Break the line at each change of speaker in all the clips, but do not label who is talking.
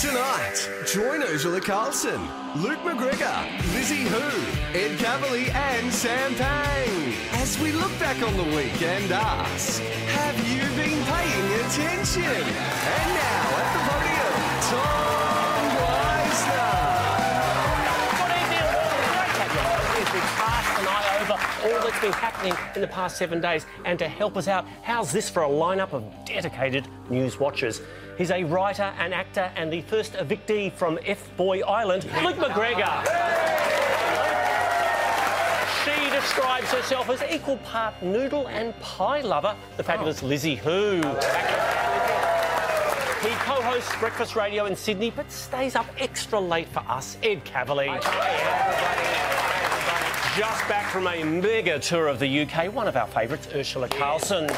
Tonight, join Ursula Carlson, Luke McGregor, Lizzie Who, Ed Cavalier, and Sam Pang as we look back on the week and ask, have you been paying attention? And now at the podium, Tom Weisner.
Good evening and welcome. Great to have you along. It's been cast an eye over all that's been happening in the past seven days. And to help us out, how's this for a lineup of dedicated news watchers? He's a writer, an actor, and the first evictee from F Boy Island, Luke McGregor. She describes herself as equal part noodle and pie lover, the fabulous Lizzie Who. He co hosts Breakfast Radio in Sydney, but stays up extra late for us, Ed Cavalier. Just back from a mega tour of the UK, one of our favourites, Ursula Carlson.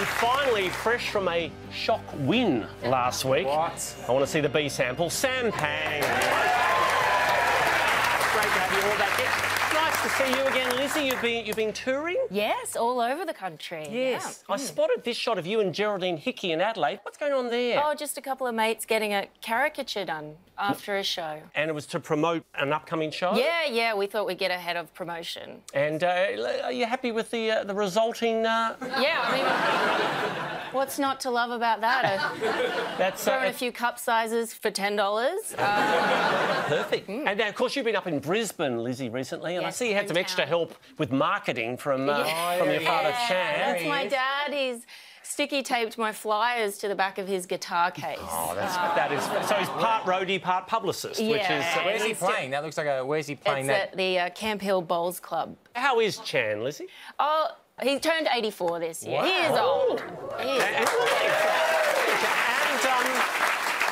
And finally, fresh from a shock win last week.
What?
I want to see the B sample, Sam Pang. Great to have you all back. It's nice to see you again, Lizzie. You've been you've been touring.
Yes, all over the country.
Yes. I spotted this shot of you and Geraldine Hickey in Adelaide. What's going on there?
Yeah. Oh, just a couple of mates getting a caricature done after a show.
And it was to promote an upcoming show.
Yeah, yeah, we thought we'd get ahead of promotion.
And uh, are you happy with the uh, the resulting? Uh,
Yeah, I mean, what's not to love about that? I
that's uh,
throw in a few cup sizes for $10. Uh,
perfect. And now, of course, you've been up in Brisbane, Lizzie, recently, and I
Mm. Yes,
see you had some
hometown.
extra help with marketing from uh, from your father,
yeah,
Chan.
That's my dad. He's sticky taped my flyers to the back of his guitar case.
Oh, that's, that is so. He's part roadie, part publicist, which is.
Yeah.
Where's he
He's still-
playing? That looks like a. Where's he playing
it's
that?
at the uh, Camp Hill Bowls Club.
how is Chan, Lizzie?
Oh, he turned 84 this year. He is
Wow.
old. He is
And, and, um,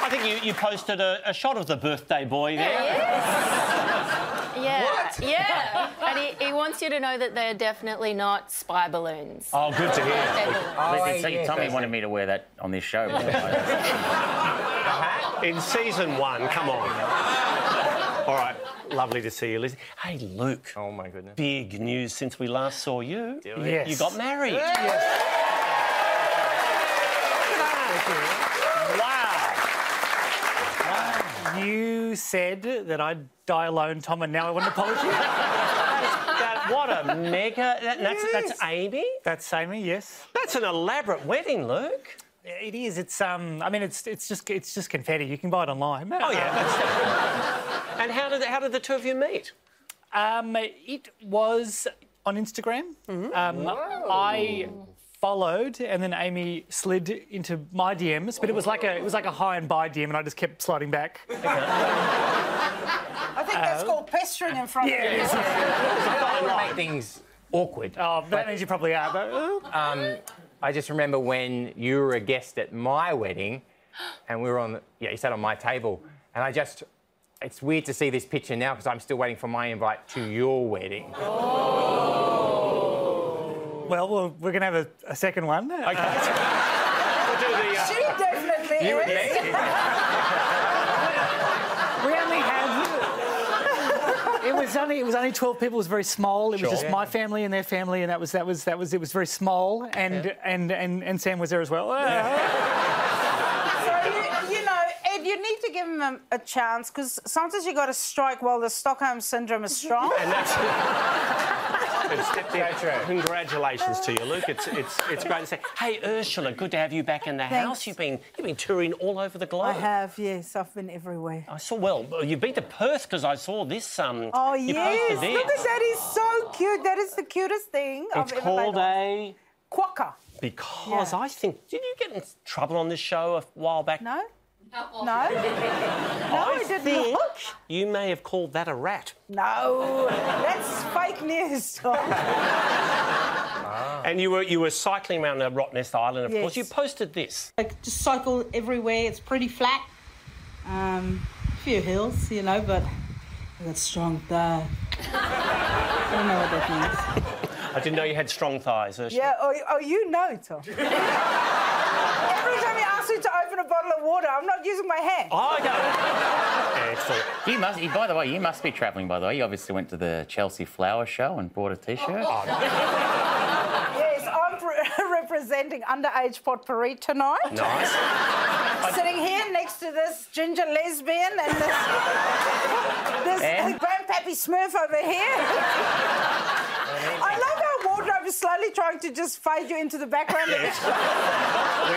I think you, you posted a, a shot of the birthday boy there.
Yeah. Yeah. and he, he wants you to know that they're definitely not spy balloons.
Oh, good to hear.
They're balloons.
Oh,
So
yeah,
Tommy
that's-
wanted me to wear that on this show. by the way.
In season one, come on. All right, lovely to see you, Lizzie. Hey, Luke.
Oh my goodness.
Big news since we last saw you.
it.
You got married. Wow.
You said that I'd die alone, Tom, and now I want an apology.
That, what a mega. that- that's, that's Amy.
That's Amy, yes.
That's an elaborate wedding, Luke.
It is. It's um. I mean, it's it's just it's just confetti. You can buy it online.
Oh yeah. That's and how did how did the two of you meet?
Um, it was on Instagram.
Mm-hmm.
Um, I followed, and then Amy slid into my DMs, but it was like a it was like a high and buy DM, and I just kept sliding back.
I think that's called pestering in front of you.
I don't make things awkward.
Oh, that means you probably are. But, uh,
Um, I just remember when you were a guest at my wedding, and we were on. The, yeah, you sat on my table, and I just. It's weird to see this picture now because I'm still waiting for my invite to your wedding.
well, we're, we're gonna have a, a second one. Okay.
We'll do the, uh,
She definitely is.
We only had. It was only it was only twelve people. It was very small. It was just my family and their family, and that was that was that was it was very small. And and, and and Sam was there as well.
So you, you know, Ed, you need to give him a, a chance because sometimes you got to strike while the Stockholm syndrome is strong.
and that's. It's-
uh,
it's-
So true.
Congratulations to you, Luke. It's, it's, it's great to see. Hey, Ursula, good to have you back in the house. You've been you've been touring all over the globe.
I have, yes, I've been everywhere.
I saw. Well, you've been to Perth because I saw this. Um,
Oh
you
yes,
posted this.
look at that. He's so cute. That is the cutest thing
It's
I've ever
called
laid eyes-
a
quokka.
because
Yeah.
I think. Did you get in trouble on this show a while back?
No, no, no. I, did
think-
not.
You may have called that a rat.
No, that's fake news. Tom.
And you were you were cycling around uh, Rottnest Island, of course. You
Yes.
posted this.
like just cycle everywhere. It's pretty flat. Um, a few hills, you know, but I got strong thigh. I don't know what that means.
I didn't know you had strong thighs. Ursula.
Yeah, oh, oh, you know, Tom. Every time you ask me to open a bottle of water, I'm not using my hand.
Oh, okay. Excellent.
you must. you- By the way, you must be travelling. By the way, you obviously went to Oh, the Chelsea Flower Show and bought a T-shirt.
Yes, I'm pre- presenting underage potpourri tonight.
Nice.
Sitting here next to this ginger lesbian and this, this
And?
grandpappy Smurf over here. I love how wardrobe is slowly trying to just fade you into the background.
We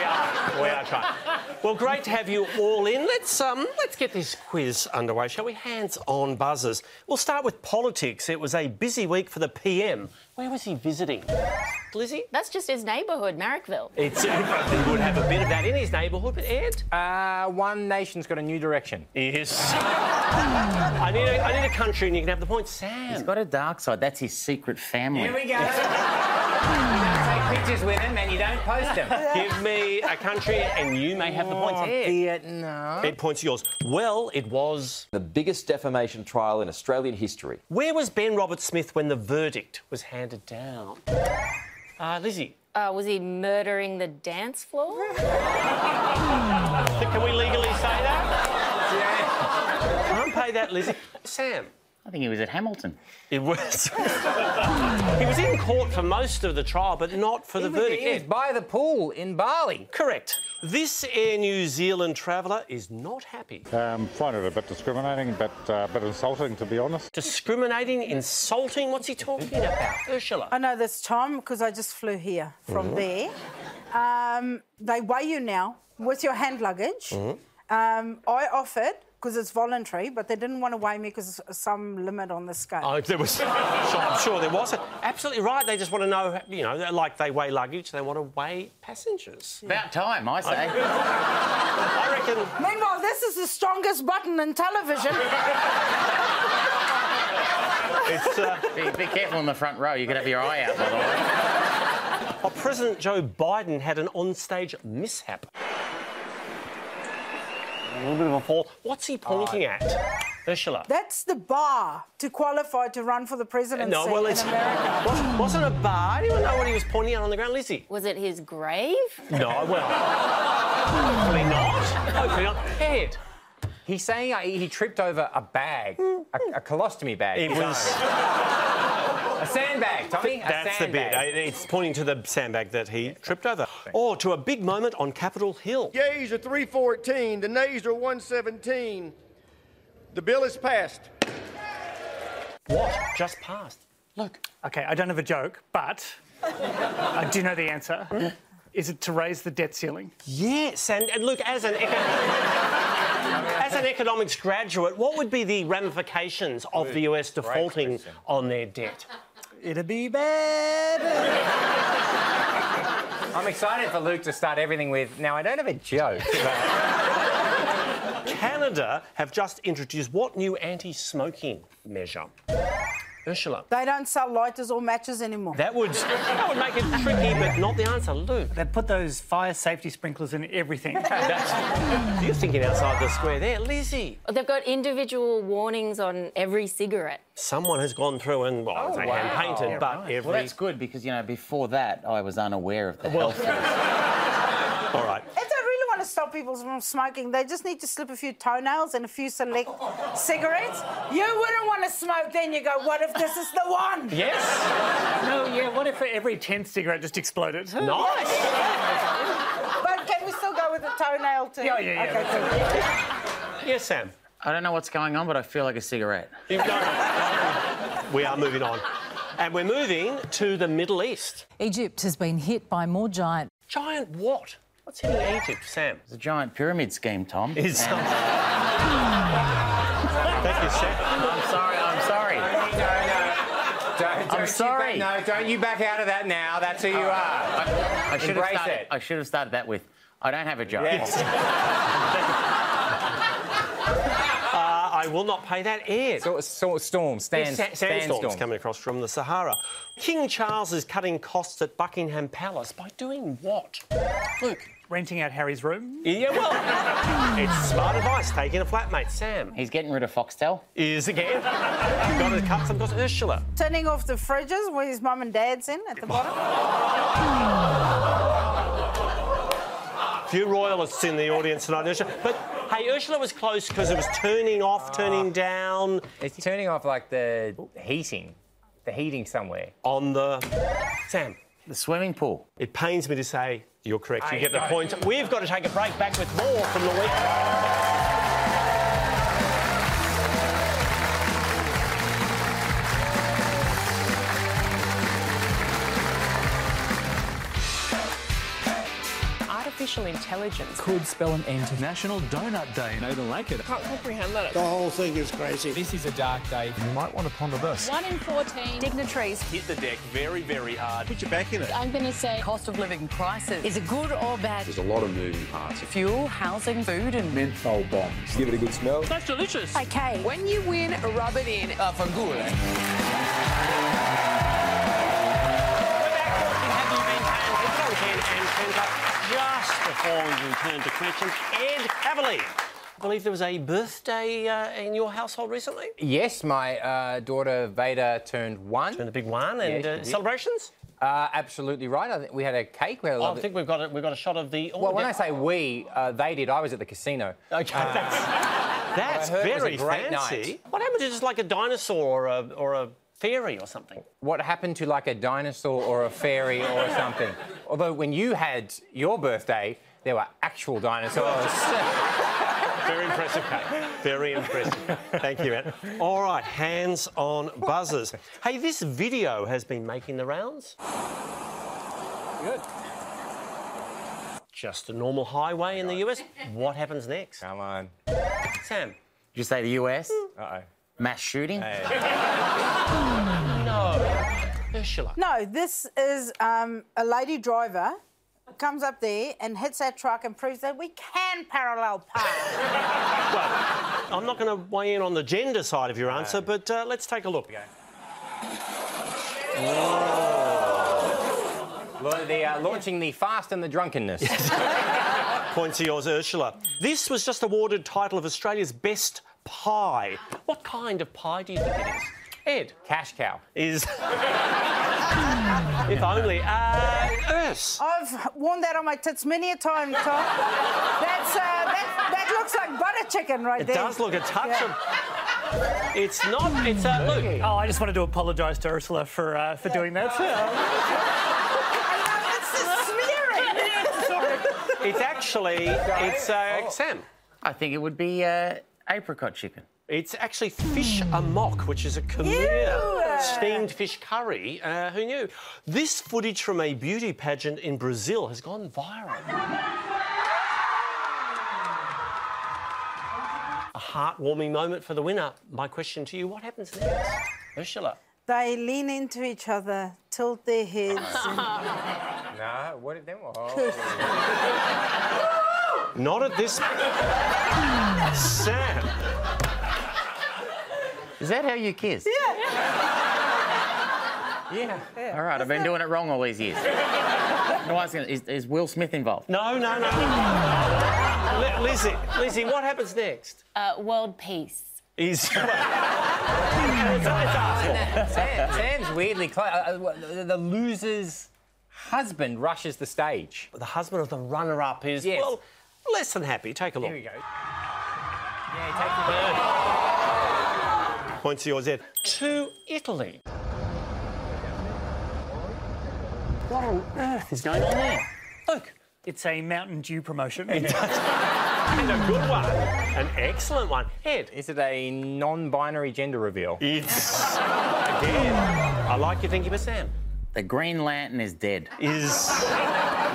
are. We are trying. Well, great to have you all in. Let's um, let's get this quiz underway, shall we? Hands on buzzers. We'll start with politics. It was a busy week for the PM. Where was he visiting? Lizzie?
That's just his neighbourhood, Marrickville.
It's, he probably would have a bit of that in his neighbourhood, but Ed?
Uh, one nation's got a new direction.
Yes. I, need a, I need a country and you can have the point. Sam.
He's got a dark side. That's his secret family.
Here we go. You Take pictures with them and you don't post them.
Give me a country and you may have the points. Ed.
Vietnam.
Ed, points are yours. Well, it was.
The biggest defamation trial in Australian history.
Where was Ben Robert Smith when the verdict was handed down? Uh, Lizzie.
Uh, was he murdering the dance floor?
Can we legally say that? Can't pay that, Lizzie. Sam.
I think he was at Hamilton.
It was. he was in court for most of the trial, but not for the
He was-
verdict.
he was
Ed.
by the pool in Bali.
Correct. This Air New Zealand traveller is not happy.
Um, find it a bit discriminating, but uh, a bit insulting, to be honest.
Discriminating, insulting. What's he talking about? Ursula.
I know this, Tom, because I just flew here
Mm-hmm.
from there. Um, they weigh you now with your hand luggage.
Mm-hmm.
Um, I offered because it's voluntary, but they didn't want to weigh me because some limit on the scale.
Oh, there was. Sure, I'm sure there was. Absolutely right. They just want to know, you know, they're like they weigh luggage, they want to weigh passengers.
About time, I say.
I reckon.
Meanwhile, this is the strongest button in television.
It's, uh,
be, be careful in the front row. You could have your eye out, by the way.
oh, President Joe Biden had an onstage mishap. A little bit of a fall. What's he pointing at? Ursula.
That's the bar to qualify to run for the presidency
No, well,
in
it's.
America.
Was, wasn't a bar. Anyone know what he was pointing at on the ground, Lizzie?
Was it his grave?
No, well. Hopefully not. Hopefully not. Ed.
He's saying uh, he tripped over a bag, a, a colostomy bag.
It was.
a sandbag, Tommy.
That's
a
the bit.
sandbag.
Uh, It's pointing to the sandbag that he tripped over. Or to a big moment on Capitol Hill.
Yeas are 314, the nays are 117. The bill is passed.
What just passed?
Okay, I don't have a joke, but I do know the answer. Is it to raise the debt ceiling?
Yes, and, and look, as an eco- as an economics graduate, what would be the ramifications of the US defaulting
question.
on their debt?
It'll be bad. I'm excited for Luke to start everything with. Now I don't have a joke. but-
Canada have just introduced what new anti-smoking measure? Ursula.
They don't sell lighters or matches anymore.
That would that would make it tricky, but not the answer, Luke.
They put those fire safety sprinklers in everything.
That's, you're thinking outside the square there, Lizzie.
They've got individual warnings on every cigarette.
Someone has gone through and well, it's
wow.
hand painted, but every
Well, that's good because, you know, before that, I was unaware of the health.
all right.
If they really want to stop people from smoking, they just need to slip a few toenails and a few select cigarettes. You wouldn't want to smoke, then you go, what if this is the one?
Yes.
no, yeah, what if every 10th cigarette just exploded?
Nice.
But can we still go with the toenail too?
Yeah, yeah, yeah.
Okay, cool.
Yes, Sam.
I don't know what's going on, but I feel like a cigarette.
You've done it. we are moving on. And we're moving to the Middle East.
Egypt has been hit by more giant
Giant what? What's in Egypt, Sam?
It's a giant pyramid scheme, Tom.
Is
And-
Thank you, Sam.
I'm sorry, I'm sorry.
no, no. Don't, don't you
sorry.
back- no, don't you back out of that now. That's who you are.
I should have
Embrace
started,
it.
I should have started that with, I don't have a job.
Uh, I will not pay that air.
So, so, storm, stand,
Sa- sandstorms coming across from the Sahara. King Charles is cutting costs at Buckingham Palace by doing what? Luke.
Renting out Harry's room?
Yeah, well, it's smart advice. Taking a flatmate, Sam.
He's getting rid of Foxtel.
Is again. Got to cut some costs. Ursula.
Turning off the fridges where his mum and dad's in at the bottom.
few royalists in the audience tonight, Ursula. But hey, Ursula was close because it was turning off, turning down
It's turning off like the heating, the heating somewhere.
on the. Sam.
The swimming pool.
It pains me to say you're correct. You
Aye,
get the
aye.
points. We've got to take a break. Back with more from the week.
Artificial intelligence.
Could spell an end to National Donut Day. I don't like it.
Can't comprehend that.
whole thing is crazy. This is a dark day. You might want to ponder this.
One in 14 dignitaries.
Hit the deck very, very hard.
Put your back in it.
I'm going to say cost of living crisis. Is it good or bad?
There's a lot of moving parts.
Fuel, housing, food, and
Menthol bombs. Give it a good smell.
That's delicious. Okay. When you win, rub it in.
Just before we return to questions, Ed Cavalier. I believe there was a birthday uh, in your household recently.
Yes, my uh, daughter Veda turned one. Turned
a big one, and, uh, celebrations?
Uh, absolutely right. I think we had a cake. We had a
I
lovely...
think we've got a, we've got a shot of the.
Well, when I say we, uh, they did. I was at the casino.
Okay,
Uh,
that's
I heard it was
very
a great
fancy.
night.
What happened to just like a dinosaur or a, or a fairy or something?
What happened to like a dinosaur or a fairy or something? Although when you had your birthday, there were actual dinosaurs.
Very impressive, Kate. Very impressive. Thank you, Ed. All right, hands on buzzers. Hey, this video has been making the rounds. Good. Just a normal highway in the US. What happens next?
Come on.
Sam.
Did you say the US?
Uh oh.
Mass shooting?
Ursula.
No, this is um, a lady driver comes up there and hits that truck and proves that we can parallel park.
I'm not going to weigh in on the gender side of your answer, but uh, let's take a look.
Well, they are launching the Fast and the Drunkenness.
Points to yours, Ursula. This was just awarded title of Australia's best pie. What kind of pie do you think it is? Ed.
Cash cow.
Is. if only. Uh,
Oh,
Urs.
I've worn that on my tits many a time, Tom. That's, uh, that, that looks like butter chicken right
It
there.
does look a touch
Yeah.
of. It's not. It's a uh, look.
Oh, I just wanted to apologise to Ursula for uh, for doing that.
It's actually. It's uh, Sam.
I think it would be uh, apricot chicken.
It's actually fish amok, which is a Khmer steamed fish curry. Uh, who knew? This footage from a beauty pageant in Brazil has gone viral. A heartwarming moment for the winner. My question to you what happens next? Ursula.
They lean into each other, tilt their heads.
Oh,
and-
no, what did them?
Not at this. Sam.
Is that how you kiss?
Yeah.
Yeah. All right, I've been doing it wrong all these years. no, I was gonna, is, is Will Smith involved?
No, no, no. Li- Lizzie, Lizzie, what happens next?
Uh, world peace.
Is
Sam, Sam's weirdly close. Uh, uh, the- the loser's husband rushes the stage.
the husband of the runner-up is
Yes.
well less than happy. Take a look.
Here we go.
Points to yours, Ed. To Italy. What on earth is going on there? Look,
it's a Mountain Dew promotion.
And a good one. An excellent one. Ed.
Is it a non binary gender reveal?
It's. Again. I like your thinking, but Sam.
The Green Lantern is dead.
Is.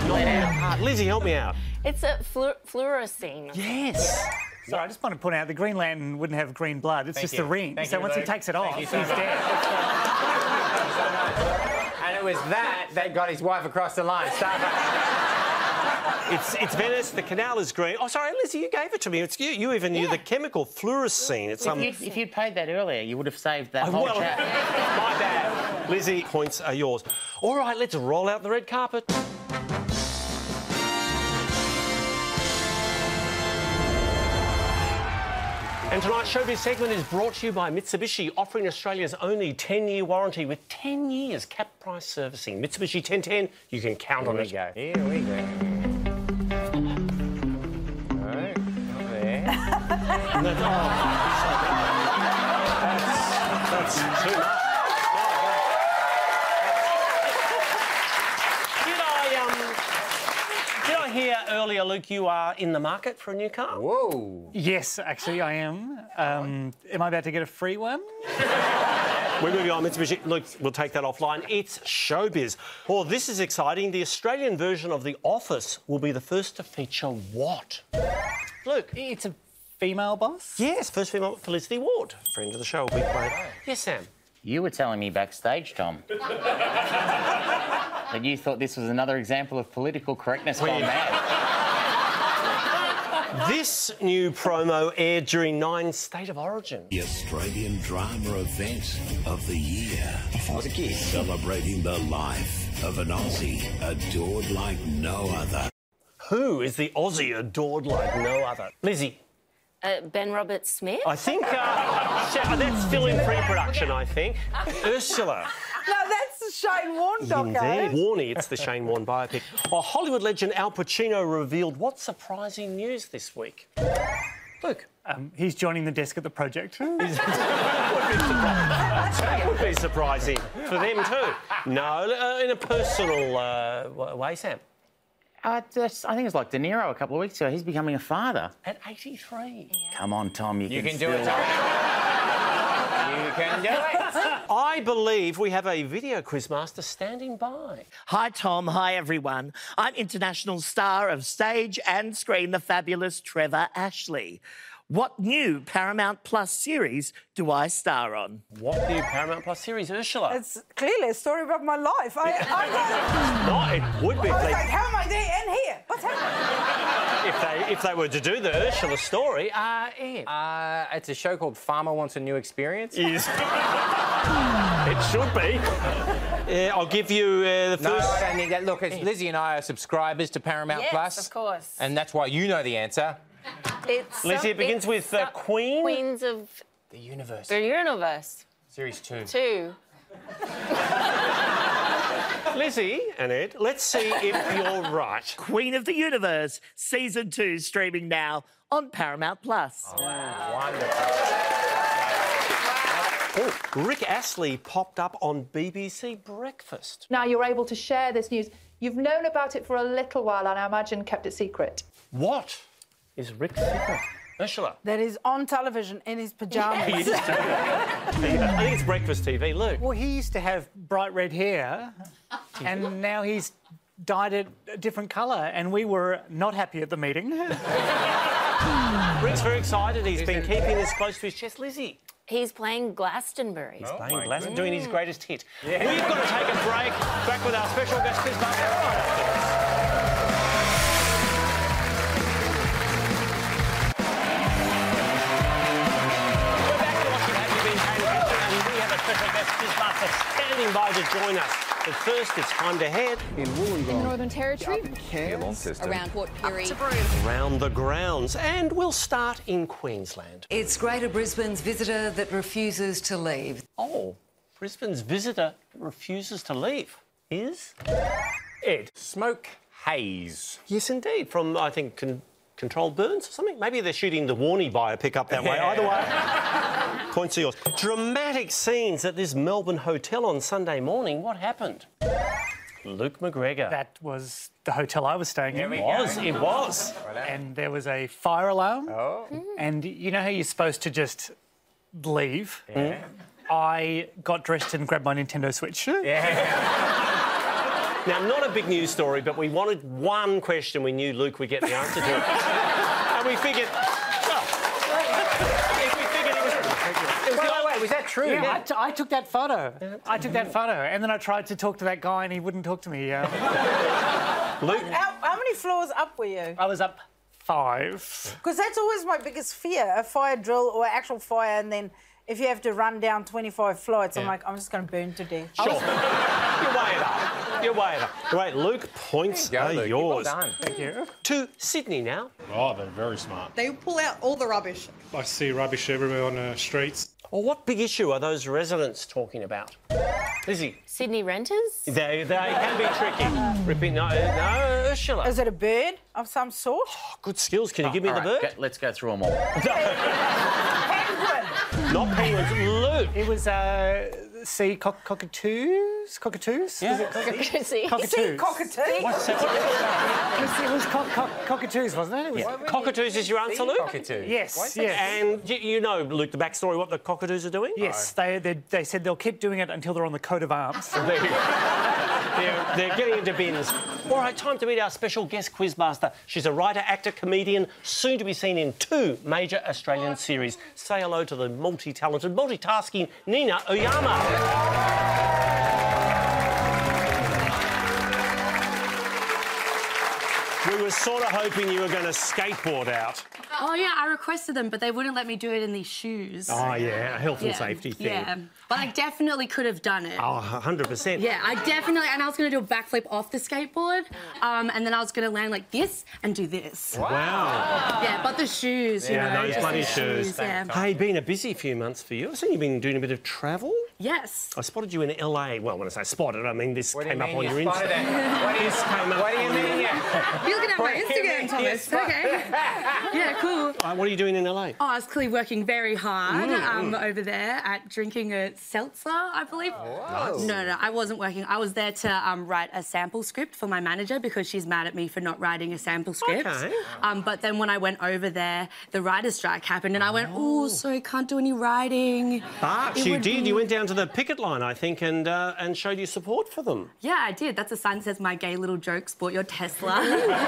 Not Lizzie, help me out.
It's a flu- fluorescein.
Yes.
Sorry, I just want to point out the Green Lantern wouldn't have green blood. It's
Thank
just
you.
a ring.
Thank
so
you,
once he
Luke.
takes it
Thank
off,
you
he's
so much.
dead.
And it was that that got his wife across the line. Starbucks.
It's, it's Venice, the canal is green. Oh, sorry, Lizzie, you gave it to me. It's you. You even knew the chemical fluorescein. It's some.
If, you'd, if you'd paid that earlier, you would have saved that whole
well-
chat.
My bad. Lizzie, points are yours. All right, let's roll out the red carpet. And tonight's showbiz segment is brought to you by Mitsubishi, offering Australia's only 10-year warranty with 10 years cap price servicing. Mitsubishi 1010, you can count on
we
it.
go. Here we go. No, not there.
That's too much. um, hear earlier, Luke, you are in the market for a new car.
Whoa.
Yes, actually, I am. Um, am I about to get a free one?
We're moving on. Mitsubishi. Luke, we'll take that offline. It's showbiz. Well, this is exciting. The Australian version of The Office will be the first to feature what? Luke.
It's a female boss?
Yes, first female, Felicity Ward. Friend of the show, big play. Yes, Sam.
You were telling me backstage, Tom, that you thought this was another example of political correctness gone mad.
This new promo aired during Nine State of Origin.
The Australian drama event of the year. I was a kid. Celebrating the life of an Aussie adored like no other.
Who is the Aussie adored like no other? Lizzie,
Uh, ben Robert Smith?
I think uh, Sha- that's still in pre-production. I think Ursula.
No, that's the Shane Warne
Indeed,
doco.
Warnie. It's the Shane Warne biopic. Oh, Hollywood legend Al Pacino revealed what surprising news this week. Luke.
Um, he's joining the desk at the project.
That would be surprising for them too. No, uh, in a personal uh, w- way, Sam.
Uh, that's, I think it's like De Niro a couple of weeks ago. He's becoming a father.
At 83.
Come on, Tom. You,
You can do
still...
it, Tom. you can do it.
I believe we have a video quizmaster standing by.
Hi, Tom. Hi, everyone. I'm international star of stage and screen, the fabulous Trevor Ashley. What new Paramount Plus series do I star on?
What new Paramount Plus series, Ursula?
It's clearly a story about my life. I, I,
No, it would
I,
be
was like,
please,
how am I there and here? What's happening?
if they if they were to do the Ursula story. Uh, Ian.
Uh, it's a show called Farmer Wants a New Experience.
Yes. it should be. Yeah, I'll give you uh, the
No,
first.
I don't need that. Look, it's Lizzie and I are subscribers to Paramount
Yes,
Plus.
of course.
And that's why you know the answer.
It's
Lizzie, it begins
it's
with, uh,
some-
Queen?
Queens of
The universe.
the Universe.
Series two.
Two.
Lizzie and Ed, let's see if you're right.
Queen of the Universe, season two, streaming now on Paramount Plus.
Oh, Rick Astley popped up on BBC Breakfast.
Now you're able to share this news. You've known about it for a little while and I imagine kept it secret.
What is Rick's secret? Ursula.
that is on television in his
He
pajamas.
is- I think it's breakfast TV. Luke.
Well, he used to have bright red hair, and now he's dyed it a different colour, and we were not happy at the meeting.
Rick's very excited. He's been keeping this close to his chest. Lizzie.
He's playing Glastonbury. He's
playing Glaston- doing his greatest hit. We've got to take a break. Back with our special guest, Chris Barker. And we have a special guest, Chris Barker, standing by to join us. But first, it's time to head in Wollongong.
Northern Territory. Around Port Pirie.
Round the grounds, and we'll start in Queensland.
It's Greater Brisbane's visitor that refuses to leave.
Oh, Brisbane's visitor refuses to leave. Is Ed
Smoke Haze?
Yes, indeed. From I think con- controlled burns or something. Maybe they're shooting the Warney biopic up that way.
Yeah.
Either way, points are yours. Dramatic scenes at this Melbourne hotel on Sunday morning. What happened? Luke McGregor.
that was the hotel I was staying in.
It was. It was.
And there was a fire alarm. Oh. And you know how you're supposed to just leave? I got dressed and grabbed my Nintendo Switch.
Now, not a big news story, but we wanted one question we knew Luke would get the answer to. and we figured, well, if we figured it was. It was the only-
was that true?
Yeah, I, t- I took that photo. I took that photo, and then I tried to talk to that guy, and he wouldn't talk to me. Um,
Luke,
how, how many floors up were you?
I was up five.
Because that's always my biggest fear a fire drill or actual fire, and then if you have to run down 25 flights, I'm
Yeah.
like, I'm just going to burn to death.
Sure. you weigh it up. You weigh it up. Great, Luke, points
There you go,
are
Luke. Well
yours.
done.
Thank you.
To Sydney now.
Oh, they're very smart.
They pull out all the rubbish.
I see rubbish everywhere on the streets.
Well, what big issue are those residents talking about? Lizzie,
Sydney Renters?
they, they can be tricky. Repeat, no, no, Ursula.
Is it a bird of some sort?
Good skills. Can you give me
All
the
right,
bird?
go- let's go through them all.
Not penguins. Luke.
It was uh, sea cock- cockatoos? Cockatoos?
Yeah.
Was it cock-
Cockatoos. Sea
Cockatoos.
cockatoo.
What's that? It was cock- cock- cockatoos, wasn't it? it was
Cockatoos is your answer, Luke? Cockatoos.
Why
Yes,
is that-
yes. And you, you know, Luke, the backstory, what the cockatoos are doing?
Yes, they, they, they said they'll keep doing it until they're on the coat of arms.
There you go. they're, they're getting into bins. All right, time to meet our special guest quizmaster. She's a writer, actor, comedian, soon to be seen in two major Australian series. Say hello to the multi-talented, multitasking Nina Oyama. We were sort of hoping you were going to skateboard out.
Oh yeah, I requested them, but they wouldn't let me do it in these shoes.
Oh, yeah, a health and
Yeah,
safety thing.
Yeah, but I definitely could have done it.
Oh, 100%.
Yeah, I definitely, and I was gonna do a backflip off the skateboard, um, and then I was gonna land like this and do this.
Wow. Wow.
Yeah, but the shoes, you know,
Yeah, those
just um,
bloody
the
shoes.
yeah.
Hey, been a busy few months for you. I've seen you've been doing a bit of travel.
Yes.
I spotted you in LA. Well, when I say spotted, I mean this
do you
came up
mean
on
you
your
spotted
Instagram.
it? What do you-
this came up
what do you
on
mean
your-
You're looking at my Instagram, Thomas. Okay. yeah, cool.
Uh, what are you doing in LA?
Oh, I was clearly working very hard
Mm,
um,
mm.
over there at drinking a seltzer, I believe.
Nice.
No, no, I wasn't working. I was there to um, write a sample script for my manager because she's mad at me for not writing a sample script.
Okay.
Um, but then when I went over there, the writer's strike happened, and I went, oh, so I can't do any writing.
But
It
you
would
did.
be-
You went down to the picket line, I think, and uh, and showed your support for them.
Yeah, I did. That's a sign that says, my gay little jokes bought your Tesla.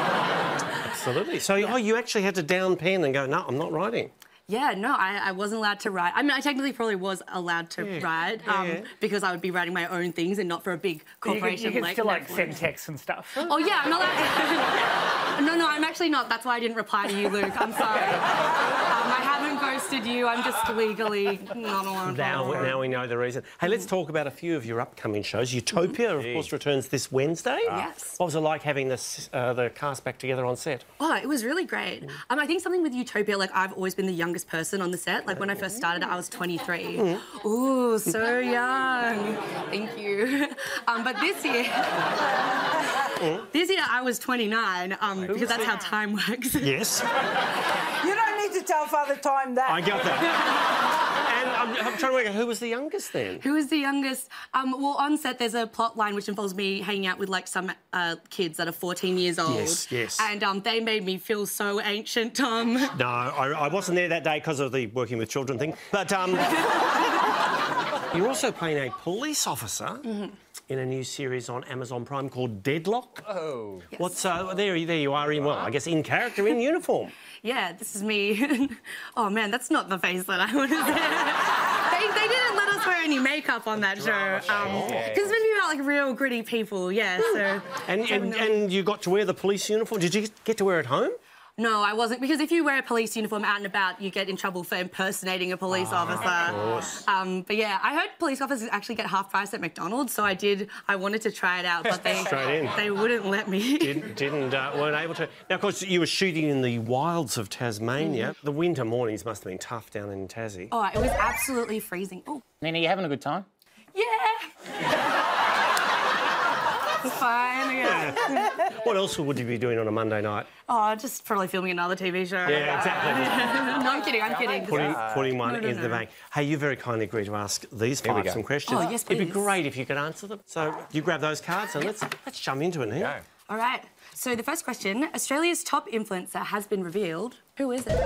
Absolutely. So, oh, you actually had to down pen and go, no, I'm not writing.
Yeah, no, I, I wasn't allowed to write. I mean, I technically probably was allowed to
Yeah.
write
Yeah.
um, because I would be writing my own things and not for a
But
big
you can,
corporation
you can
like
still like
Netflix.
send texts and stuff.
Oh yeah, I'm not allowed. no, no, I'm actually not. That's why I didn't reply to you, Luke. I'm sorry. um, I haven't ghosted you. I'm just legally not allowed.
Now, now we know the reason. Hey, let's talk about a few of your upcoming shows. Utopia, of course, returns this Wednesday.
Ah. Yes.
What was it like having this, uh, the cast back together on set?
Oh, it was really great.
Mm.
Um, I think something with Utopia, like I've always been the youngest person on the set. Like when I first started, I was 23.
Mm.
Ooh, so young. Thank you. Um, but this year,
Mm.
this year I was 29 um, because that's how time works.
Yes.
You don't need to tell Father Time that.
I got that. and I'm, I'm trying to work out who was the youngest then.
Who is the youngest? Um, well, on set, there's a plot line which involves me hanging out with like some uh, kids that are 14 years old.
Yes, yes.
And um, they made me feel so ancient, Tom.
No, I, I wasn't there that day because of the working with children thing. But um, you're also playing a police officer in a new series on Amazon Prime called Deadlock. Oh. What's uh, there? There you are in well, I guess in character, in uniform.
Yeah, this is me. oh man, that's not the face that I would have said. they, they didn't let us wear any makeup on that show. um, Because
Okay.
it's meant to be about like real gritty people, yeah. So
Hmm. And and, and you got to wear the police uniform. Did you get to wear it home?
no, I wasn't because if you wear a police uniform out and about, you get in trouble for impersonating a police
Ah, of
officer.
course.
Um, but yeah, I heard police officers actually get half price at McDonald's, so I did. I wanted to try it out, but they
Straight in.
they wouldn't let me.
Didn't, didn't uh, weren't able to. Now, of course, you were shooting in the wilds of Tasmania. The winter mornings must have been tough down in Tassie.
Oh, it was absolutely freezing. Oh,
Nina, you having a good time?
yeah. It's Fine. Yeah.
What else would you be doing on a Monday night?
Oh, just probably filming another TV show.
Yeah, exactly.
no, I'm kidding. I'm kidding.
Putting, putting one
No, no,
in the
no.
bank. Hey, you very kindly agree to ask these
Here we
five
go.
some questions.
Oh, yes,
It'd be
please.
great if you could answer them. So you grab those cards and let's let's jump into it now.
All right. So the first question: Australia's top influencer has been revealed. Who is it?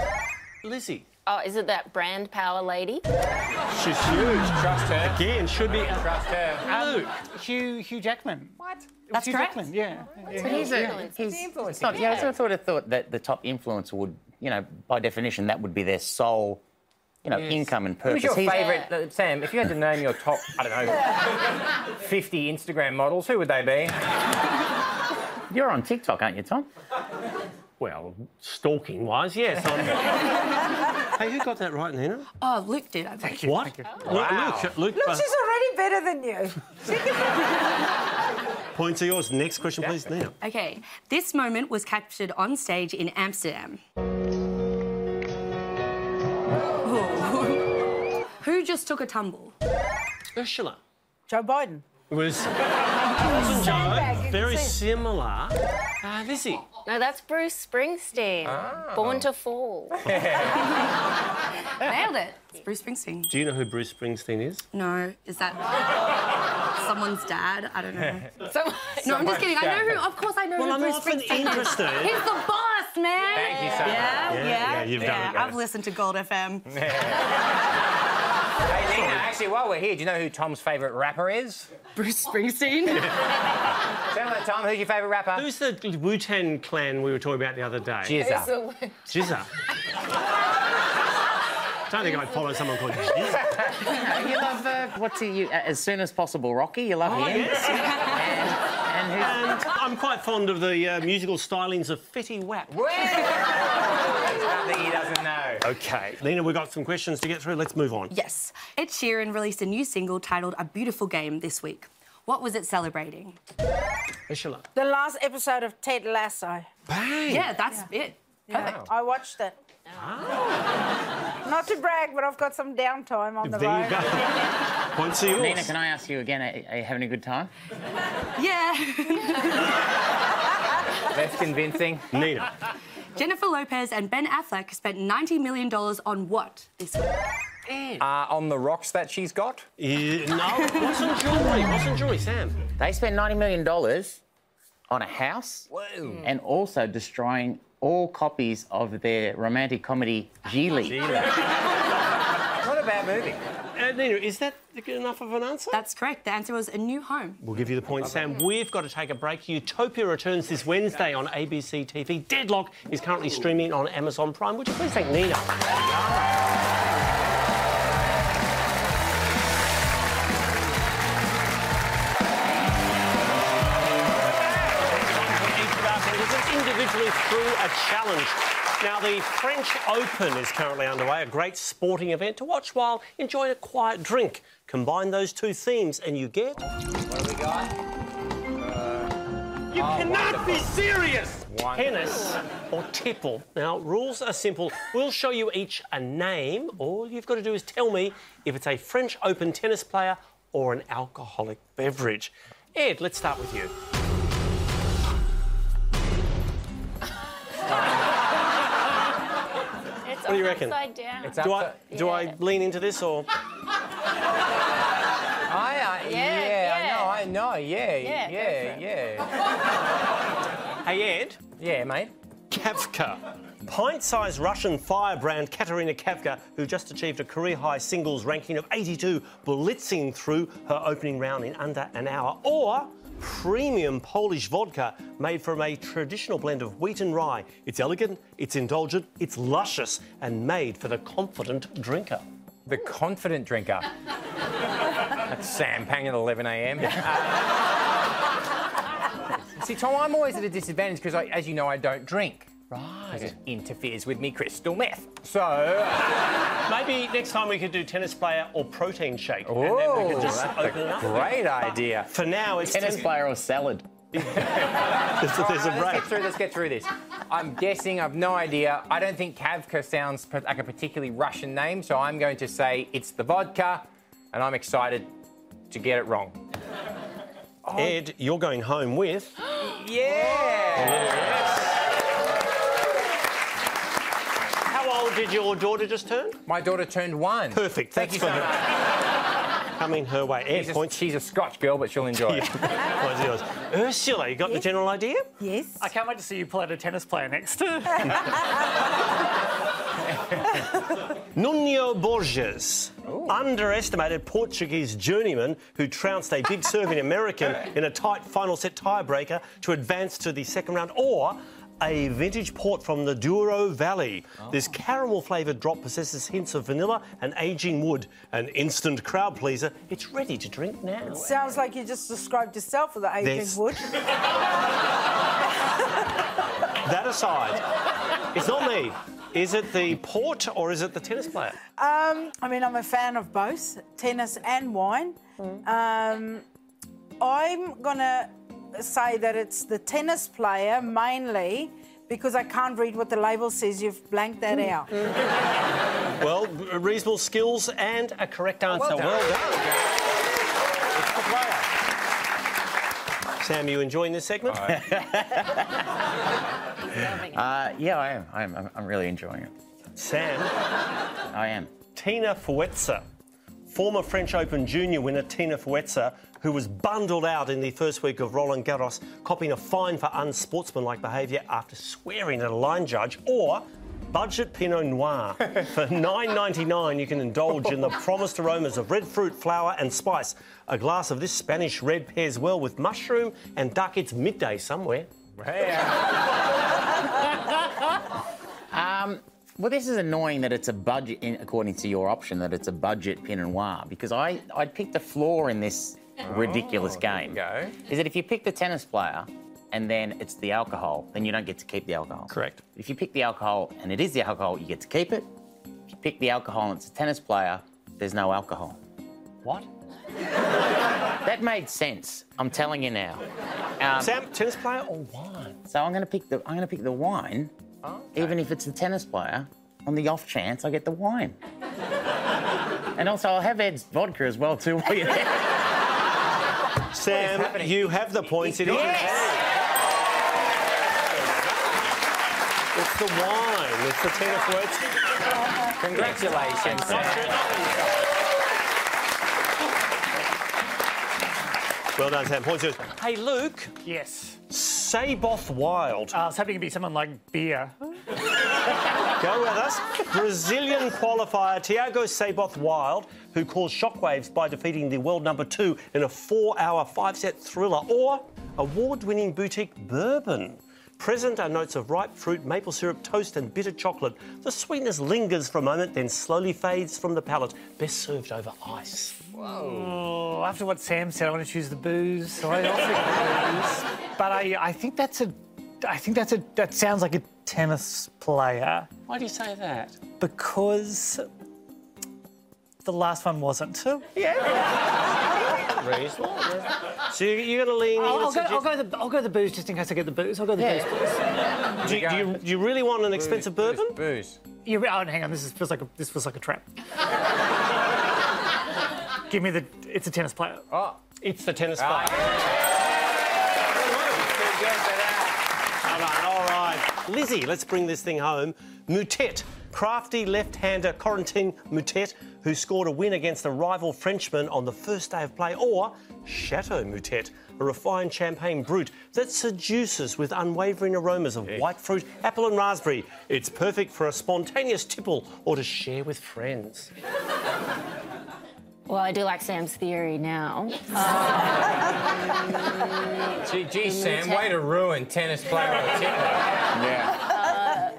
Lizzie.
Oh, is it that brand power lady?
She's huge. Trust her. Again, should be. Trust her. Luke.
Hugh Hugh Jackman. What?
That's
Hugh
correct.
Jackman, yeah.
That's what he's doing. It's not, yeah, I sort of thought, thought that the top influencer would, you know, by definition, that would be their sole, you know,
Yes.
income and
Who's
purpose.
your
He's-
favourite, uh, Sam? If you had to name your top, I don't know, 50 Instagram models, who would they be?
You're on TikTok, aren't you, Tom?
Well, stalking wise, yes. I'm... hey, who got that right, Nina?
Oh, Luke did. I believe.
What? Lu-
Wow.
Luke, Luke,
Look,
uh,
she's already better than you.
points are yours. Next question, please, Nina.
Okay. This moment was captured on stage in Amsterdam. Ooh. Who just took a tumble?
Ursula.
Joe Biden.
Was Elton
Sandbag, you
John,
can
very
see it.
similar. Uh, Lizzie.
No, that's Bruce Springsteen.
Ah.
Born to Fall.
Nailed it. It's Bruce Springsteen.
Do you know who Bruce Springsteen is?
No, is that someone's dad? I don't know. So, no, I'm
Someone's
just kidding. I know
dad.
who. Of course, I know
Well,
who
I'm
Bruce
often
Springsteen is.
interested.
He's the boss, man.
Thank you so much.
Yeah,
Yeah,
yeah,
yeah, you've done it, guys.
I've listened to Gold FM.
Hey, Nina, actually, while we're here, do you know who Tom's favourite rapper is?
Bruce Springsteen.
Sound like Tom, who's your favourite rapper?
Who's the Wu Tang clan we were talking about the other day?
Jizza.
Jizza. Don't think I'd follow someone called Jizza.
you love uh, what's he, you, uh, as soon as possible, Rocky. You love
Oh,
him.
yes.
and, and
And I'm quite fond of the uh, musical stylings of Fetty Wap.
Nothing he doesn't know.
Okay, Lena, we've got some questions to get through. Let's move on.
Yes. Ed Sheeran released a new single titled A Beautiful Game this week. What was it celebrating?
Ursula.
The last episode of Ted Lasso.
Bang!
Yeah, that's it.
Yeah, I watched it. Not to brag, but I've got some downtime on the
There
road.
you
Points to
who's...
yours.
Nina, can I ask you again? Are, are you having a good time?
Yeah.
That's convincing.
Nina.
Jennifer Lopez and Ben Affleck spent $90 million on what this week?
Uh, on the rocks that she's got?
no, wasn't jewellery, wasn't jewellery, Sam.
They spent $90 million on a house and also destroying all copies of their romantic comedy Geely.
Not a bad movie.
Uh, Nina, is that enough of an answer?
That's correct. The answer was a new home.
We'll give you the point, Sam. We've got to take a break. Utopia returns this Wednesday on ABC TV. Deadlock is currently streaming on Amazon Prime. Would you please thank Nina? Each of our contestants individually through a challenge. Now, the French Open is currently underway, a great sporting event to watch while enjoying a quiet drink. Combine those two themes and you get.
What have we got?
You
Oh,
cannot be
wonderful.
serious!
Wonderful.
Tennis or tipple. Now, rules are simple. We'll show you each a name. All you've got to do is tell me if it's a French Open tennis player or an alcoholic beverage. Ed, let's start with you.
It's
What do you reckon?
Upside down.
do I, do I lean into this or.
I, I,
Yeah, yeah.
yeah, I know, I know, yeah,
Yeah,
yeah,
go
yeah.
Hey, Ed.
Yeah, mate.
Kafka. Pint sized Russian firebrand Katerina Kafka, who just achieved a career high singles ranking of 82, blitzing through her opening round in under an hour. Or premium Polish vodka made from a traditional blend of wheat and rye. It's elegant, it's indulgent, it's luscious, and made for the confident drinker.
The confident drinker. That's Sam Pang at 11 a.m. Uh, see, Tom, I'm always at a disadvantage because, as you know, I don't drink. Right. It interferes with me crystal meth. So.
Maybe next time we could do tennis player or protein shake. and then we
Oh,
could just
that's a
open it up.
great idea.
For now, it's
Tennis player or salad?
There's a, there's a
Let's
break.
get through. Let's get through this. I'm guessing. I've no idea. I don't think Kavka sounds per- like a particularly Russian name, so I'm going to say it's the vodka, and I'm excited to get it wrong.
Ed, you're going home with.
Yeah.
How old did your daughter just turn?
My daughter turned one.
Perfect.
Thank
That's
you
for
so
her.
much.
Coming her way. Ed,
She's a,
points.
she's a Scotch girl, but she'll enjoy it.
Points yours. Ursula, you got the general idea?
Yes.
I can't wait to see you pull out a tennis player next.
Nuno Borges, underestimated Portuguese journeyman who trounced a big serving American in a tight final set tiebreaker to advance to the second round, or a vintage port from the Douro Valley. This caramel flavoured drop possesses hints of vanilla and aging wood, an instant crowd pleaser. It's ready to drink now.
Sounds like you just described yourself with the aging
This-
wood.
That aside, it's not me. Is it the port or is it the tennis player?
Um, I mean, I'm a fan of both tennis and wine. Um, I'm gonna say that it's the tennis player mainly because I can't read what the label says. You've blanked that out.
Well, r- reasonable skills and a correct answer.
Well done.
Well done. Sam, are you enjoying this segment?
Uh, yeah, I am. I am. I'm, I'm really enjoying it.
Sam.
I am.
Tina Fuetza, former French Open junior winner Tina Fuetza, who was bundled out in the first week of Roland Garros, copying a fine for unsportsmanlike behaviour after swearing at a line judge, or budget Pinot Noir. for 9.99, you can indulge in the promised aromas of red fruit, flour, and spice. A glass of this Spanish red pairs well with mushroom and duck. It's midday somewhere.
uh,
Um, well, this is annoying that it's a budget, in, according to your option, that it's a budget Pinot Noir because I, I picked the flaw in this ridiculous game. Is that if you pick the tennis player and then it's the alcohol, then you don't get to keep the alcohol. Correct. If you pick the alcohol and it is the alcohol, you get to keep it. If you pick the alcohol and it's a tennis player, there's no alcohol. What? that made sense. I'm telling you now. Um,
Sam, tennis player or wine?
So I'm going to pick the I'm going to pick the wine, even if it's the tennis player. On the off chance, I get the wine. and also, I'll have Ed's vodka as well too. While you're there.
Sam, you have the points. It is. It's the wine. It's the tennis words.
Congratulations.
Well done, Sam. Points yours. Hey, Luke.
Yes.
Saboth Wild.
I was hoping it'd be someone like beer.
Go with us. Brazilian qualifier Thiago Saboth Wild, who caused shockwaves by defeating the world number two in a four hour, five set thriller, or award winning boutique bourbon. Present are notes of ripe fruit, maple syrup, toast, and bitter chocolate. The sweetness lingers for a moment, then slowly fades from the palate. Best served over ice.
Oh, after what Sam said, I want to choose the booze. So I also choose booze. But I, I think that's a, I think that's a, that sounds like a tennis player
Why do you say that?
because the last one wasn't.
Reasonable. So you- you're going to lean.
I'll,
in
I'll
and
go,
suggest-
I'll go the, I'll go the booze just in case I get the booze. I'll go the booze, please.
Do you, do you, do you really want an expensive bourbon?
Booze.
You, oh, hang on. This is, feels like a, this feels like a trap. Give me the. It's a tennis player.
Oh.
It's the tennis player. All right, all right. Lizzie, let's bring this thing home. Moutet, crafty left-hander Corentin Moutet, who scored a win against a rival Frenchman on the first day of play, or Chateau Moutet, a refined champagne brut that seduces with unwavering aromas of white fruit, apple and raspberry. It's perfect for a spontaneous tipple or to share with friends.
Well, I do like Sam's theory now.
Gee, gee, Sam,
ten-
way to ruin tennis player on Tinder.
yeah.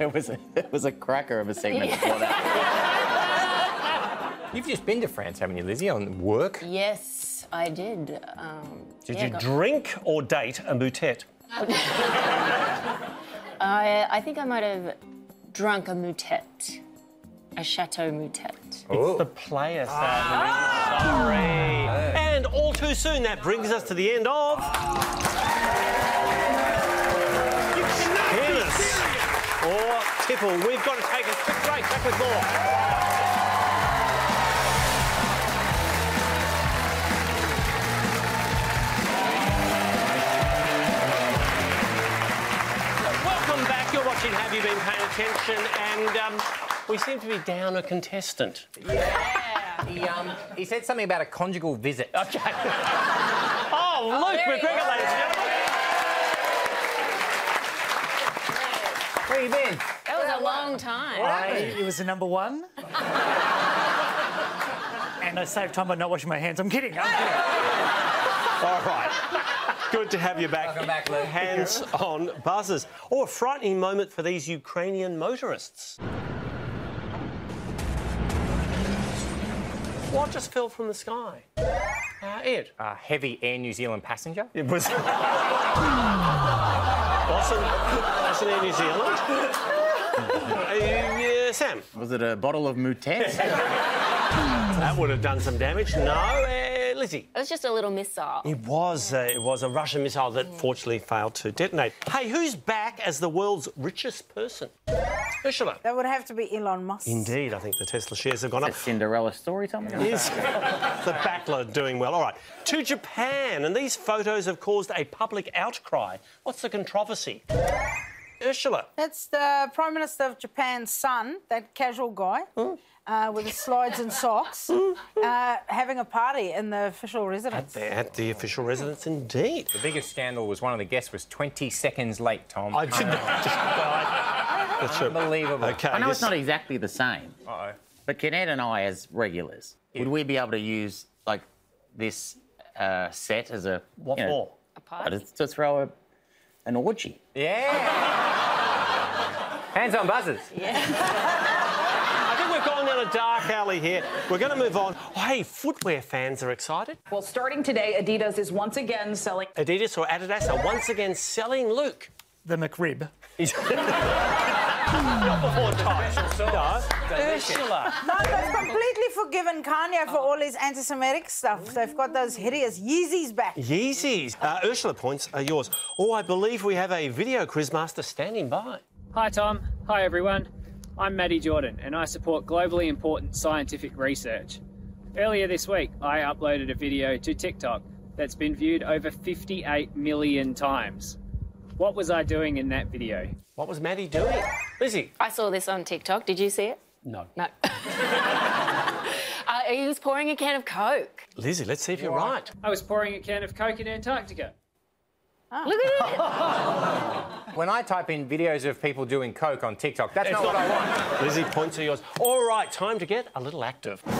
It was a, it was a cracker of a segment before that.
You've just been to France, haven't you, Lizzie, on work?
yes, I did. Um,
Did
yeah,
you
got-
drink or date a Moutet?
I, I think I might have drunk a moutet, a chateau moutet.
It's the player, Sam.
Ah.
Sorry. And all too soon, that brings us to the end of. Tennis or tipple. We've got to take a quick break. Back with more. Welcome back. You're watching Have You Been Paying Attention? And um, we seem to be down a contestant.
He, um, he said something about a conjugal visit. Okay.
Oh, Luke McGregor, ladies and gentlemen.
Where you been?
That was a long time.
I, it was the number one. and I saved time by not washing my hands. I'm kidding. I'm kidding.
All right. Good to have you back. Welcome back, Luke. Hands on buzzers. Or a frightening moment for these Ukrainian motorists. What just fell from the sky? Uh, Ed.
A heavy Air New Zealand passenger.
It was. Wasn't, wasn't Air New Zealand? Uh, yeah, Sam.
Was it a bottle of Moutet?
That would have done some damage. No. Uh, Lizzie?
It was just a little missile.
It was. Uh, it was a Russian missile that fortunately failed to detonate. Hey, who's back as the world's richest person? Ursula.
That would have to be Elon Musk.
Indeed, I think the Tesla shares have gone up.
Cinderella story, Tommy.
Yes. the backler doing well. All right. To Japan, and these photos have caused a public outcry. What's the controversy? Ursula.
That's the Prime Minister of Japan's son, that casual guy, uh, with his slides and socks, uh, having a party in the official residence.
They're at the official residence, indeed.
The biggest scandal was one of the guests was 20 seconds late, Tom. I
did That's true.
Unbelievable.
Okay,
I know it's
yes.
not exactly the same.
Uh-oh.
But Kinet and I, as regulars, would we be able to use like this uh, set as a
what
you know,
for?
A party? To throw a, an orgy.
Yeah. Hands on buzzers.
I think we've gone down a dark alley here. We're going to move on. Oh, hey, footwear fans are excited.
Well, starting today, Adidas is once again selling.
Adidas or Adidas are once again selling Luke.
The McRib.
Not before time. No. Ursula.
No, they've completely forgiven Kanye for all his anti Semitic stuff. They've got those hideous Yeezys back.
Yeezys. Uh, Ursula, points are yours. Oh, I believe we have a video quizmaster standing by.
Hi, Tom. Hi, everyone. I'm Maddie Jordan, and I support globally important scientific research. Earlier this week, I uploaded a video to TikTok that's been viewed over 58 million times. What was I doing in that video?
What was Maddie doing? Lizzie.
I saw this on TikTok. Did you see it?
No.
No. uh, he was pouring a can of Coke.
Lizzie, let's see if you're right.
I was pouring a can of Coke in Antarctica.
Look at it.
When I type in videos of people doing coke on TikTok, that's
It's
not what I want.
Lizzie, points are yours. All right, time to get a little active. Ah,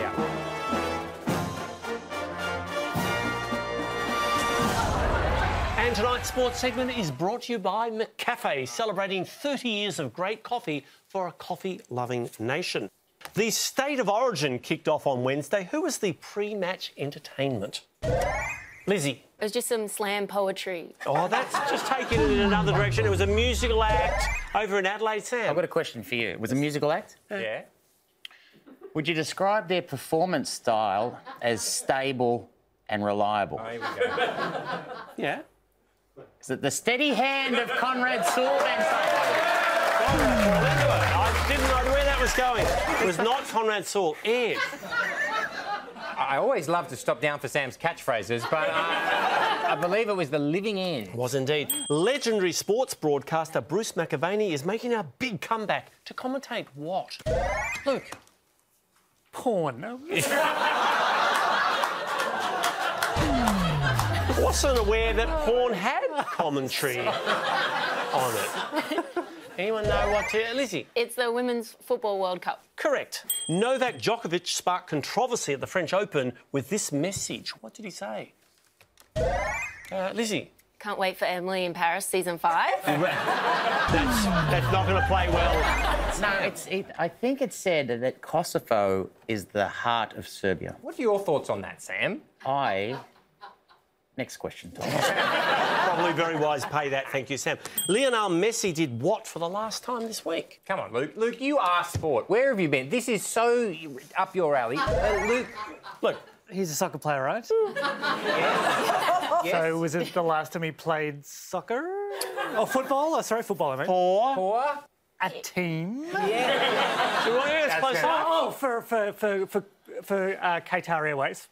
Yeah.
And tonight's sports segment is brought to you by McCafe, celebrating 30 years of great coffee for a coffee loving nation. The State of Origin kicked off on Wednesday. Who was the pre match entertainment? Lizzie.
It was just some slam poetry.
Oh, that's just taking it in another direction. It was a musical act over in Adelaide, Sam.
I've got a question for you. Was a musical act?
Yeah.
Would you describe their performance style as stable and reliable?
Here we go.
Yeah.
Is it the steady hand of Conrad Sword and
I didn't know where that was going. It was not Conrad Saul. Ed.
I I always love to stop down for Sam's catchphrases, but uh, I, I believe it was the living end.
Was indeed. Legendary sports broadcaster Bruce McAvaney is making a big comeback to commentate what? Luke.
Porn.
Wasn't aware that porn had commentary on it. Anyone know what? To... Lizzie.
It's the Women's Football World Cup.
Correct. Novak Djokovic sparked controversy at the French Open with this message. What did he say? Uh, Lizzie.
Can't wait for Emily in Paris season five.
That's, that's not going to play well.
No, it's. It, I think it said that Kosovo is the heart of Serbia.
What are your thoughts on that, Sam?
I. Next question, Tom.
Probably very wise pay that. Thank you, Sam. Lionel Messi did what for the last time this week?
Come on, Luke. Luke, you are sport. Where have you been? This is so up your alley. Uh, Luke,
Look,
He's a soccer player, right?
yes.
So was it the last time he played soccer? Oh, football? Oh, sorry, football, I mean.
or
Four?
A team?
Do you want to get as close
it.
as-
Oh, oh, for for for for, for uh, Qatar Airways.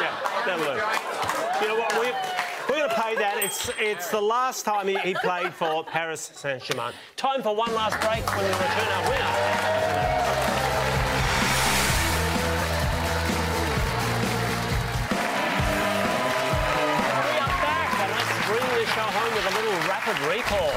Yeah, that works. You know what? We're, we're going to pay that. It's it's the last time he, he played for Paris Saint Germain. Time for one last break when we return our winner. We are back, and let's bring the show home with a little rapid recall.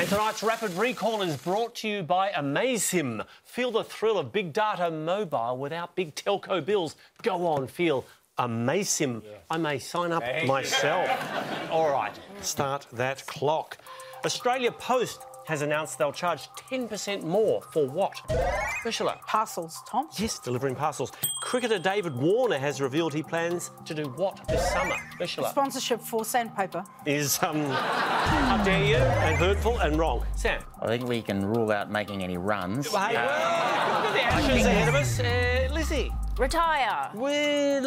And tonight's rapid recall is brought to you by Amazehim. Feel the thrill of big data mobile without big telco bills. Go on, feel Amazehim. I may sign up myself. All right, start that clock. Australia Post has announced they'll charge 10% more for what? Ursula.
Parcels, Tom.
Yes, delivering parcels. Cricketer David Warner has revealed he plans to do what this summer? Ursula.
Sponsorship for sandpaper.
Is, um, how dare you, and hurtful and wrong. Sam.
I think we can rule out making any runs.
Hey, well, look at the actions ahead of us. Uh, Lizzie.
Retire.
With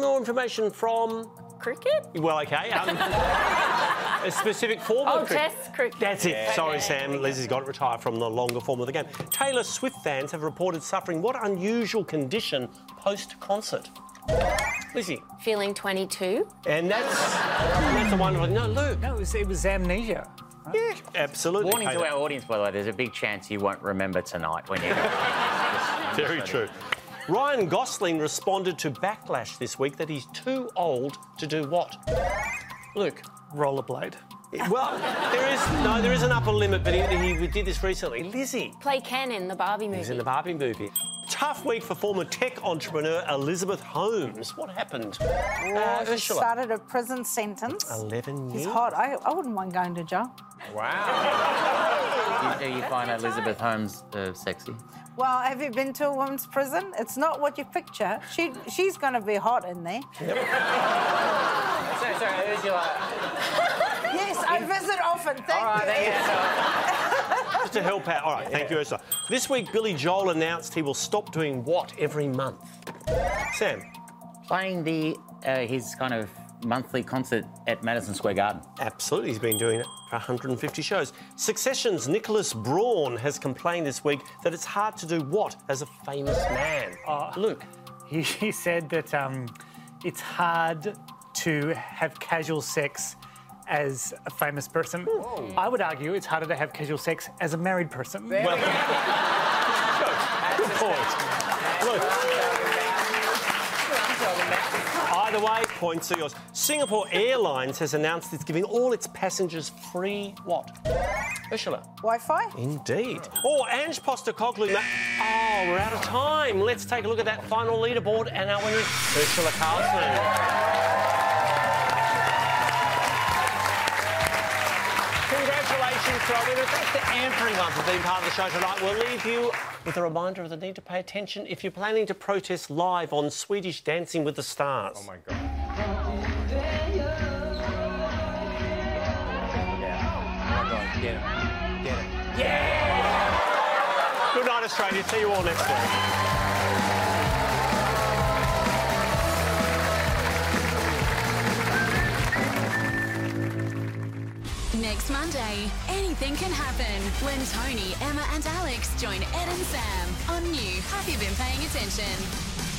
more information from.
Cricket?
Well, okay. Um, a specific form
Oh,
of cricket.
Test cricket.
That's it.
Yeah.
Sorry,
Okay.
Sam. Lizzie's got to retire from the longer form of the game. Taylor Swift fans have reported suffering what unusual condition post concert? Lizzie.
Feeling 22.
And that's that's a wonderful. No, Luke.
No, it was, it was amnesia.
Yeah, absolutely.
Warning to
Taylor.
our audience, by the way, there's a big chance you won't remember tonight when you.
Very true. Ryan Gosling responded to backlash this week that he's too old to do what? Luke.
Rollerblade.
Well, there is no, there is an upper limit, but he, he did this recently. Lizzie.
Play Ken in the Barbie movie.
He's in the Barbie movie. Tough week for former tech entrepreneur Elizabeth Holmes. What happened?
Uh, she
Ursula.
started a prison sentence.
11 years.
He's hot. I, I wouldn't mind going to jail.
Wow. do you find Elizabeth Holmes uh, sexy?
Well, have you been to a woman's prison? It's not what you picture. She she's going to be hot in there.
Sorry, sorry,
yes, I visit often. Thank you.
Just to help out. All right, thank you, Ursula. This week, Billy Joel announced he will stop doing what every month? Sam.
Playing the uh, his kind of monthly concert at Madison Square Garden.
Absolutely, he's been doing it for 150 shows. Succession's Nicholas Braun has complained this week that it's hard to do what as a famous man? Oh, Luke.
He, he said that um, it's hard to have casual sex as a famous person. I would argue it's harder to have casual sex as a married person.
Well, good point. Look. Either way, points are yours. Singapore Airlines has announced it's giving all its passengers free what? Ursula.
Wi-Fi.
Indeed. Oh, Ange Postacoglu. Ma- oh, we're out of time. Let's take a look at that final leaderboard and our winner is Ursula Carlson. Congratulations to our winner. Thanks to everyone for being part of the show tonight. We'll leave you with a reminder of the need to pay attention if you're planning to protest live on Swedish Dancing with the Stars. Oh my God.
Get him. Get him.
Good night, Australia. See you all next week.
Next Monday, anything can happen when Tony, Emma, and Alex join Ed and Sam on new Have You Been Paying Attention?